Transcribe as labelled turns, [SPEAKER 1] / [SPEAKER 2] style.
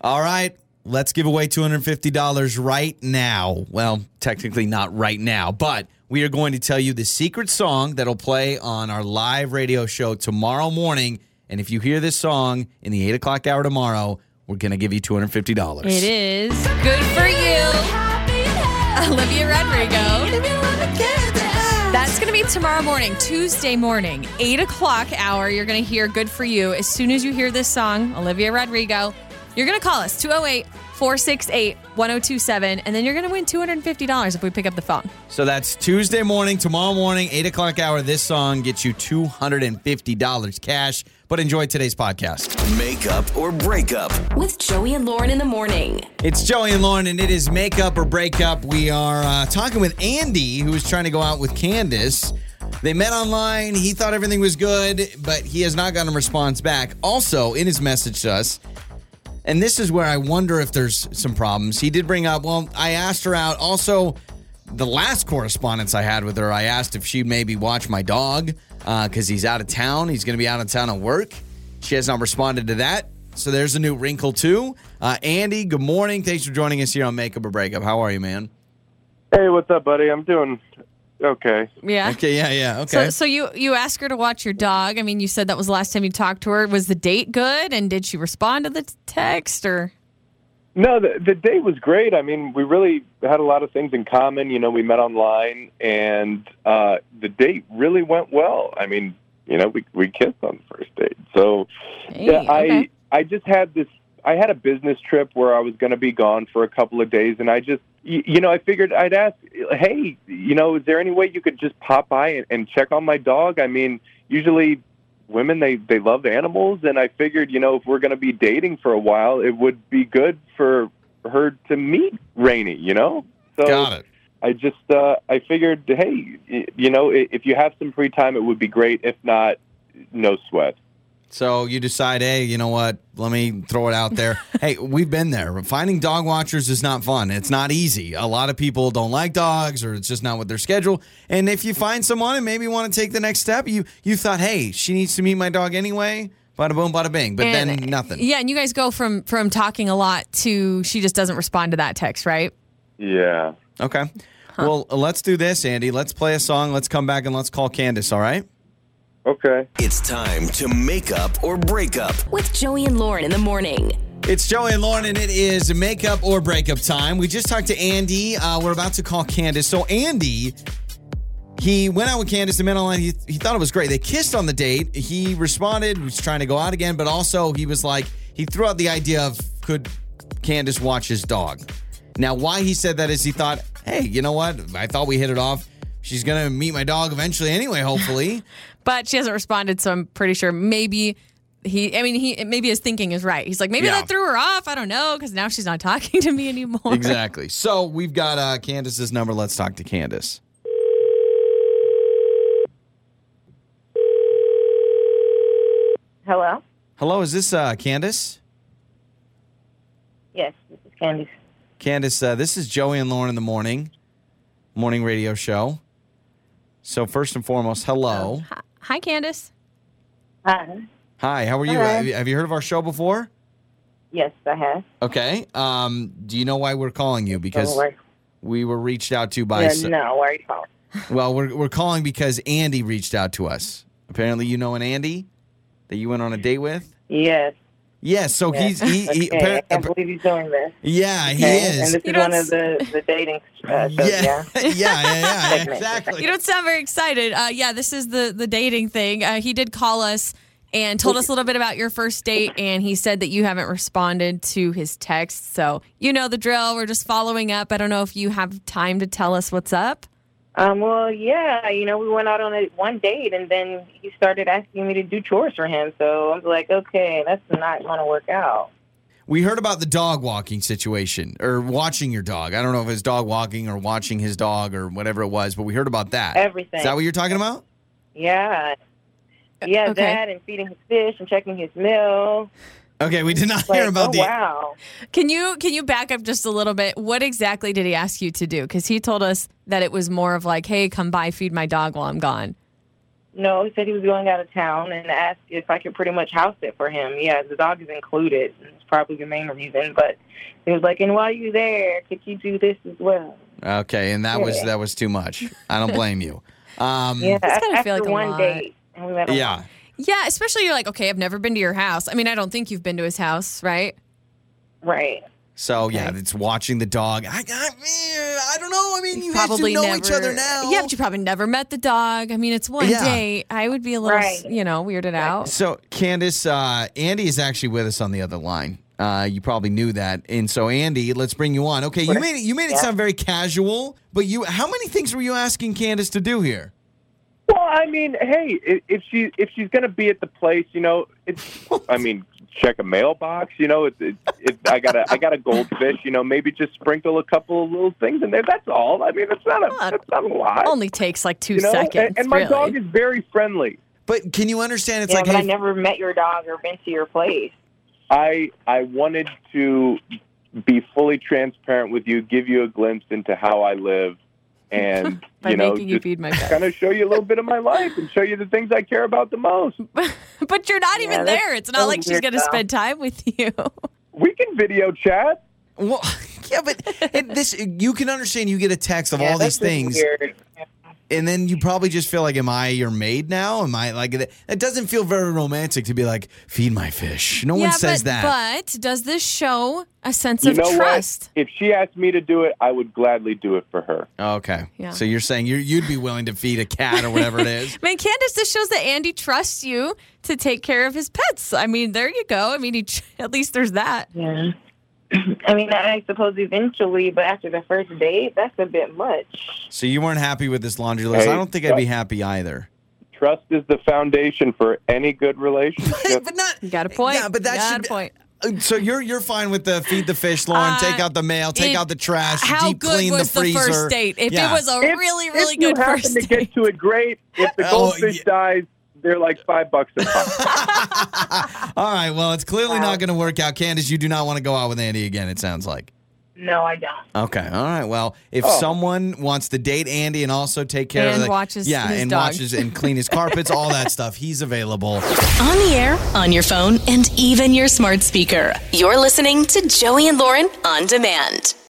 [SPEAKER 1] All right, let's give away $250 right now. Well, technically not right now, but we are going to tell you the secret song that'll play on our live radio show tomorrow morning. And if you hear this song in the 8 o'clock hour tomorrow, we're going to give you $250.
[SPEAKER 2] It is good for you, Olivia Rodrigo. That's going to be tomorrow morning, Tuesday morning, 8 o'clock hour. You're going to hear Good For You. As soon as you hear this song, Olivia Rodrigo, you're going to call us 208 468 1027, and then you're going to win $250 if we pick up the phone.
[SPEAKER 1] So that's Tuesday morning, tomorrow morning, 8 o'clock hour. This song gets you $250 cash. But enjoy today's podcast.
[SPEAKER 3] Makeup or breakup.
[SPEAKER 4] With Joey and Lauren in the morning.
[SPEAKER 1] It's Joey and Lauren, and it is Makeup or Breakup. We are uh, talking with Andy, who is trying to go out with Candace. They met online. He thought everything was good, but he has not gotten a response back. Also, in his message to us, and this is where I wonder if there's some problems. He did bring up, well, I asked her out. Also, the last correspondence I had with her, I asked if she'd maybe watch my dog because he's out of town. He's going to be out of town at work. She has not responded to that. So there's a new wrinkle, too. Uh, Andy, good morning. Thanks for joining us here on Makeup or Breakup. How are you, man?
[SPEAKER 5] Hey, what's up, buddy? I'm doing okay.
[SPEAKER 2] Yeah.
[SPEAKER 1] Okay, yeah, yeah. Okay.
[SPEAKER 2] So, so you you asked her to watch your dog. I mean, you said that was the last time you talked to her. Was the date good? And did she respond to the t- text? Or
[SPEAKER 5] No, the, the date was great. I mean, we really had a lot of things in common. You know, we met online, and uh, the date really went well. I mean, you know, we we kissed on the first date. So
[SPEAKER 2] Hey,
[SPEAKER 5] yeah,
[SPEAKER 2] okay.
[SPEAKER 5] I I just had this. I had a business trip where I was going to be gone for a couple of days, and I just, y- you know, I figured I'd ask, hey, you know, is there any way you could just pop by and, and check on my dog? I mean, usually women they they love animals, and I figured, you know, if we're going to be dating for a while, it would be good for her to meet Rainey, you know. So
[SPEAKER 1] Got it.
[SPEAKER 5] I just uh, I figured, hey, y- you know, i- if you have some free time, it would be great. If not, no sweat.
[SPEAKER 1] So you decide, hey, you know what? Let me throw it out there. hey, we've been there. Finding dog watchers is not fun. It's not easy. A lot of people don't like dogs, or it's just not with their schedule. And if you find someone and maybe want to take the next step, you you thought, hey, she needs to meet my dog anyway. Bada boom, bada bing. But
[SPEAKER 2] And-
[SPEAKER 1] then nothing.
[SPEAKER 2] Yeah, and you guys go from from talking a lot to she just doesn't respond to that text, right?
[SPEAKER 5] Yeah.
[SPEAKER 1] Okay. Well, let's do this, Andy. Let's play a song. Let's come back and let's call Candace. All right.
[SPEAKER 5] Okay.
[SPEAKER 3] It's time to make up or break up.
[SPEAKER 4] With Joey and Lauren in the morning.
[SPEAKER 1] It's Joey and Lauren, and it is makeup or breakup time. We just talked to Andy. Uh, we're about to call Candace. So, Andy, he went out with Candace and met online. He, he thought it was great. They kissed on the date. He responded, was trying to go out again, but also he was like, he threw out the idea of could Candace watch his dog? Now, why he said that is he thought, hey, you know what? I thought we hit it off. She's going to meet my dog eventually anyway, hopefully.
[SPEAKER 2] But she hasn't responded, so I'm pretty sure maybe he. I mean, he maybe his thinking is right. He's like, maybe
[SPEAKER 1] Yeah.
[SPEAKER 2] that threw her off. I don't know because now she's not talking to me anymore.
[SPEAKER 1] exactly. So, we've got uh, Candace's number. Let's talk to Candace.
[SPEAKER 6] Hello?
[SPEAKER 1] Hello, is this uh, Candace?
[SPEAKER 6] Yes, this is Candice.
[SPEAKER 1] Candace, uh, this is Joey and Lauren in the morning, morning radio show. So first and foremost,
[SPEAKER 6] Oh,
[SPEAKER 1] hello.
[SPEAKER 2] Hi, Candace.
[SPEAKER 6] Hi.
[SPEAKER 1] Hi, how are you?
[SPEAKER 6] Hi.
[SPEAKER 1] Have you- Have you heard of our show before?
[SPEAKER 6] Yes, I have.
[SPEAKER 1] Okay. Um, do you know why we're calling you? Because
[SPEAKER 6] Don't worry.
[SPEAKER 1] we were reached out to by.
[SPEAKER 6] Yeah,
[SPEAKER 1] so-
[SPEAKER 6] no, where are you calling?
[SPEAKER 1] Well, we're we're calling because Andy reached out to us. Apparently, you know an Andy that you went on a date with.
[SPEAKER 6] Yes.
[SPEAKER 1] Yes. So he's he,
[SPEAKER 6] okay.
[SPEAKER 1] he appar-
[SPEAKER 6] I can't believe he's doing this.
[SPEAKER 1] yeah he
[SPEAKER 6] Okay?
[SPEAKER 1] is.
[SPEAKER 6] And this
[SPEAKER 2] You
[SPEAKER 6] is
[SPEAKER 2] don't
[SPEAKER 6] one of the, the dating uh, shows, yeah?
[SPEAKER 1] yeah. yeah, yeah, yeah,
[SPEAKER 6] Segment.
[SPEAKER 1] exactly.
[SPEAKER 2] You don't sound very excited. Uh, yeah, this is the the dating thing. Uh, he did call us and told us a little bit about your first date, and he said that you haven't responded to his text. So you know the drill. We're just following up. I don't know if you have time to tell us what's up.
[SPEAKER 6] Um, well, yeah, you know, we went out on a, one date, and then he started asking me to do chores for him. So I was like, okay, that's not going to work out.
[SPEAKER 1] We heard about the dog walking situation or watching your dog. I don't know if it's dog walking or watching his dog or whatever it was, but we heard about that.
[SPEAKER 6] Everything.
[SPEAKER 1] Is that what you're talking about?
[SPEAKER 6] Yeah.
[SPEAKER 1] Uh,
[SPEAKER 6] Yeah,
[SPEAKER 2] okay.
[SPEAKER 6] that and feeding his fish and checking his meal.
[SPEAKER 1] Okay, we did not
[SPEAKER 6] Like,
[SPEAKER 1] hear about
[SPEAKER 6] oh,
[SPEAKER 1] the.
[SPEAKER 6] wow.
[SPEAKER 2] Can you can you back up just a little bit? What exactly did he ask you to do? Because he told us that it was more of like, hey, come by, feed my dog while I'm gone.
[SPEAKER 6] No, he said he was going out of town and asked if I could pretty much house it for him. Yeah, the dog is included. It's probably the main reason, but he was like, "And while you're there, could you do this as well?"
[SPEAKER 1] Okay, and that was
[SPEAKER 6] Yeah.
[SPEAKER 1] that was too much. I don't blame you. Um,
[SPEAKER 6] Yeah,
[SPEAKER 2] That's Hmm. gotta
[SPEAKER 6] after
[SPEAKER 2] feel like a
[SPEAKER 6] one
[SPEAKER 2] lot.
[SPEAKER 6] date, and we let him.
[SPEAKER 1] yeah.
[SPEAKER 2] Yeah, especially you're like, okay, I've never been to your house. I mean, I don't think you've been to his house, right?
[SPEAKER 6] right.
[SPEAKER 1] So yeah,
[SPEAKER 2] Okay.
[SPEAKER 1] it's watching the dog. I, I, eh, I don't know. I mean, you guys
[SPEAKER 2] probably
[SPEAKER 1] do know
[SPEAKER 2] never,
[SPEAKER 1] each other now.
[SPEAKER 2] Yeah, but you probably never met the dog. I mean, it's one
[SPEAKER 1] Yeah.
[SPEAKER 2] date. I would be a little,
[SPEAKER 6] Right.
[SPEAKER 2] you know, weirded out.
[SPEAKER 1] So, Candace, uh, Andy is actually with us on the other line. Uh, you probably knew that, and so Andy, let's bring you on. Okay, you made it, you made it
[SPEAKER 6] Yeah.
[SPEAKER 1] sound very casual, but you how many things were you asking Candace to do here?
[SPEAKER 5] Well, I mean, hey, i- if she if she's gonna be at the place, you know, it's. I mean, check a mailbox. You know, it's. It, it, I got a I got a goldfish. You know, maybe just sprinkle a couple of little things in there. That's all. I mean, it's not a that's not a lot.
[SPEAKER 2] Only takes like two
[SPEAKER 5] you know,
[SPEAKER 2] seconds.
[SPEAKER 5] and, and my
[SPEAKER 2] really.
[SPEAKER 5] dog is very friendly.
[SPEAKER 1] But can you understand? It's
[SPEAKER 6] yeah,
[SPEAKER 1] like
[SPEAKER 6] but
[SPEAKER 1] hey,
[SPEAKER 6] I never met your dog or been to your place.
[SPEAKER 5] I I wanted to be fully transparent with you, give you a glimpse into how I live, and
[SPEAKER 2] by
[SPEAKER 5] you know,
[SPEAKER 2] making you
[SPEAKER 5] just
[SPEAKER 2] feed my pet.
[SPEAKER 5] kind of show you a little bit of my life and show you the things I care about the most.
[SPEAKER 2] but you're not
[SPEAKER 6] Yeah,
[SPEAKER 2] even
[SPEAKER 6] that's
[SPEAKER 2] there. It's
[SPEAKER 6] so
[SPEAKER 2] not like she's
[SPEAKER 6] weird,
[SPEAKER 2] going to
[SPEAKER 6] though.
[SPEAKER 2] spend time with you.
[SPEAKER 5] We can video chat.
[SPEAKER 1] well, yeah, but it, this you can understand. You get a text of
[SPEAKER 6] Yeah,
[SPEAKER 1] all
[SPEAKER 6] that's
[SPEAKER 1] these things,
[SPEAKER 6] just Weird.
[SPEAKER 1] and then you probably just feel like, am I your maid now? Am I like that? It doesn't feel very romantic to be like feed my fish. No
[SPEAKER 2] yeah,
[SPEAKER 1] one says
[SPEAKER 2] but,
[SPEAKER 1] that.
[SPEAKER 2] but does this show a sense
[SPEAKER 5] you
[SPEAKER 2] of
[SPEAKER 5] know
[SPEAKER 2] trust?
[SPEAKER 5] what? If she asked me to do it, I would gladly do it for her.
[SPEAKER 1] Okay.
[SPEAKER 2] Yeah.
[SPEAKER 1] So you're saying you you'd be willing to feed a cat or whatever it is.
[SPEAKER 2] I mean, Candace, this shows that Andy trusts you to take care of his pets. I mean, there you go. I mean, he, at least there's that.
[SPEAKER 6] Yeah. I mean, I suppose eventually, but after the first date, that's a bit much.
[SPEAKER 1] So you weren't happy with this laundry list.
[SPEAKER 5] Hey,
[SPEAKER 1] I don't think I'd be
[SPEAKER 5] uh,
[SPEAKER 1] happy either.
[SPEAKER 5] Trust is the foundation for any good relationship.
[SPEAKER 1] But not
[SPEAKER 2] You got a point.
[SPEAKER 1] Yeah, but that
[SPEAKER 2] You got
[SPEAKER 1] should
[SPEAKER 2] a
[SPEAKER 1] be-
[SPEAKER 2] point.
[SPEAKER 1] uh, so you're you're fine with the feed the fish, Lauren,
[SPEAKER 2] Uh,
[SPEAKER 1] take out the mail, take
[SPEAKER 2] it-
[SPEAKER 1] out the trash,
[SPEAKER 2] How
[SPEAKER 1] deep
[SPEAKER 2] good
[SPEAKER 1] clean
[SPEAKER 2] was
[SPEAKER 1] the
[SPEAKER 2] the,
[SPEAKER 1] freezer.
[SPEAKER 2] first date? If
[SPEAKER 1] Yeah.
[SPEAKER 2] it was a
[SPEAKER 5] If-
[SPEAKER 2] really, really
[SPEAKER 5] if you
[SPEAKER 2] good
[SPEAKER 5] happen
[SPEAKER 2] first
[SPEAKER 5] to
[SPEAKER 2] date.
[SPEAKER 5] get to it, great. If the
[SPEAKER 1] Oh,
[SPEAKER 5] goldfish
[SPEAKER 1] yeah.
[SPEAKER 5] dies, they're like five bucks a pop.
[SPEAKER 1] All right, well, it's clearly not going to work out, Candace. You do not want to go out with Andy again. It sounds like.
[SPEAKER 6] No, I don't.
[SPEAKER 1] Okay. All right. Well, if
[SPEAKER 5] Oh.
[SPEAKER 1] someone wants to date Andy and also take care of
[SPEAKER 2] And
[SPEAKER 1] the,
[SPEAKER 2] watches
[SPEAKER 1] yeah,
[SPEAKER 2] his
[SPEAKER 1] and
[SPEAKER 2] dog.
[SPEAKER 1] watches and clean his carpets, all that stuff, he's available.
[SPEAKER 4] On the air, on your phone, and even your smart speaker. You're listening to Joey and Lauren on demand.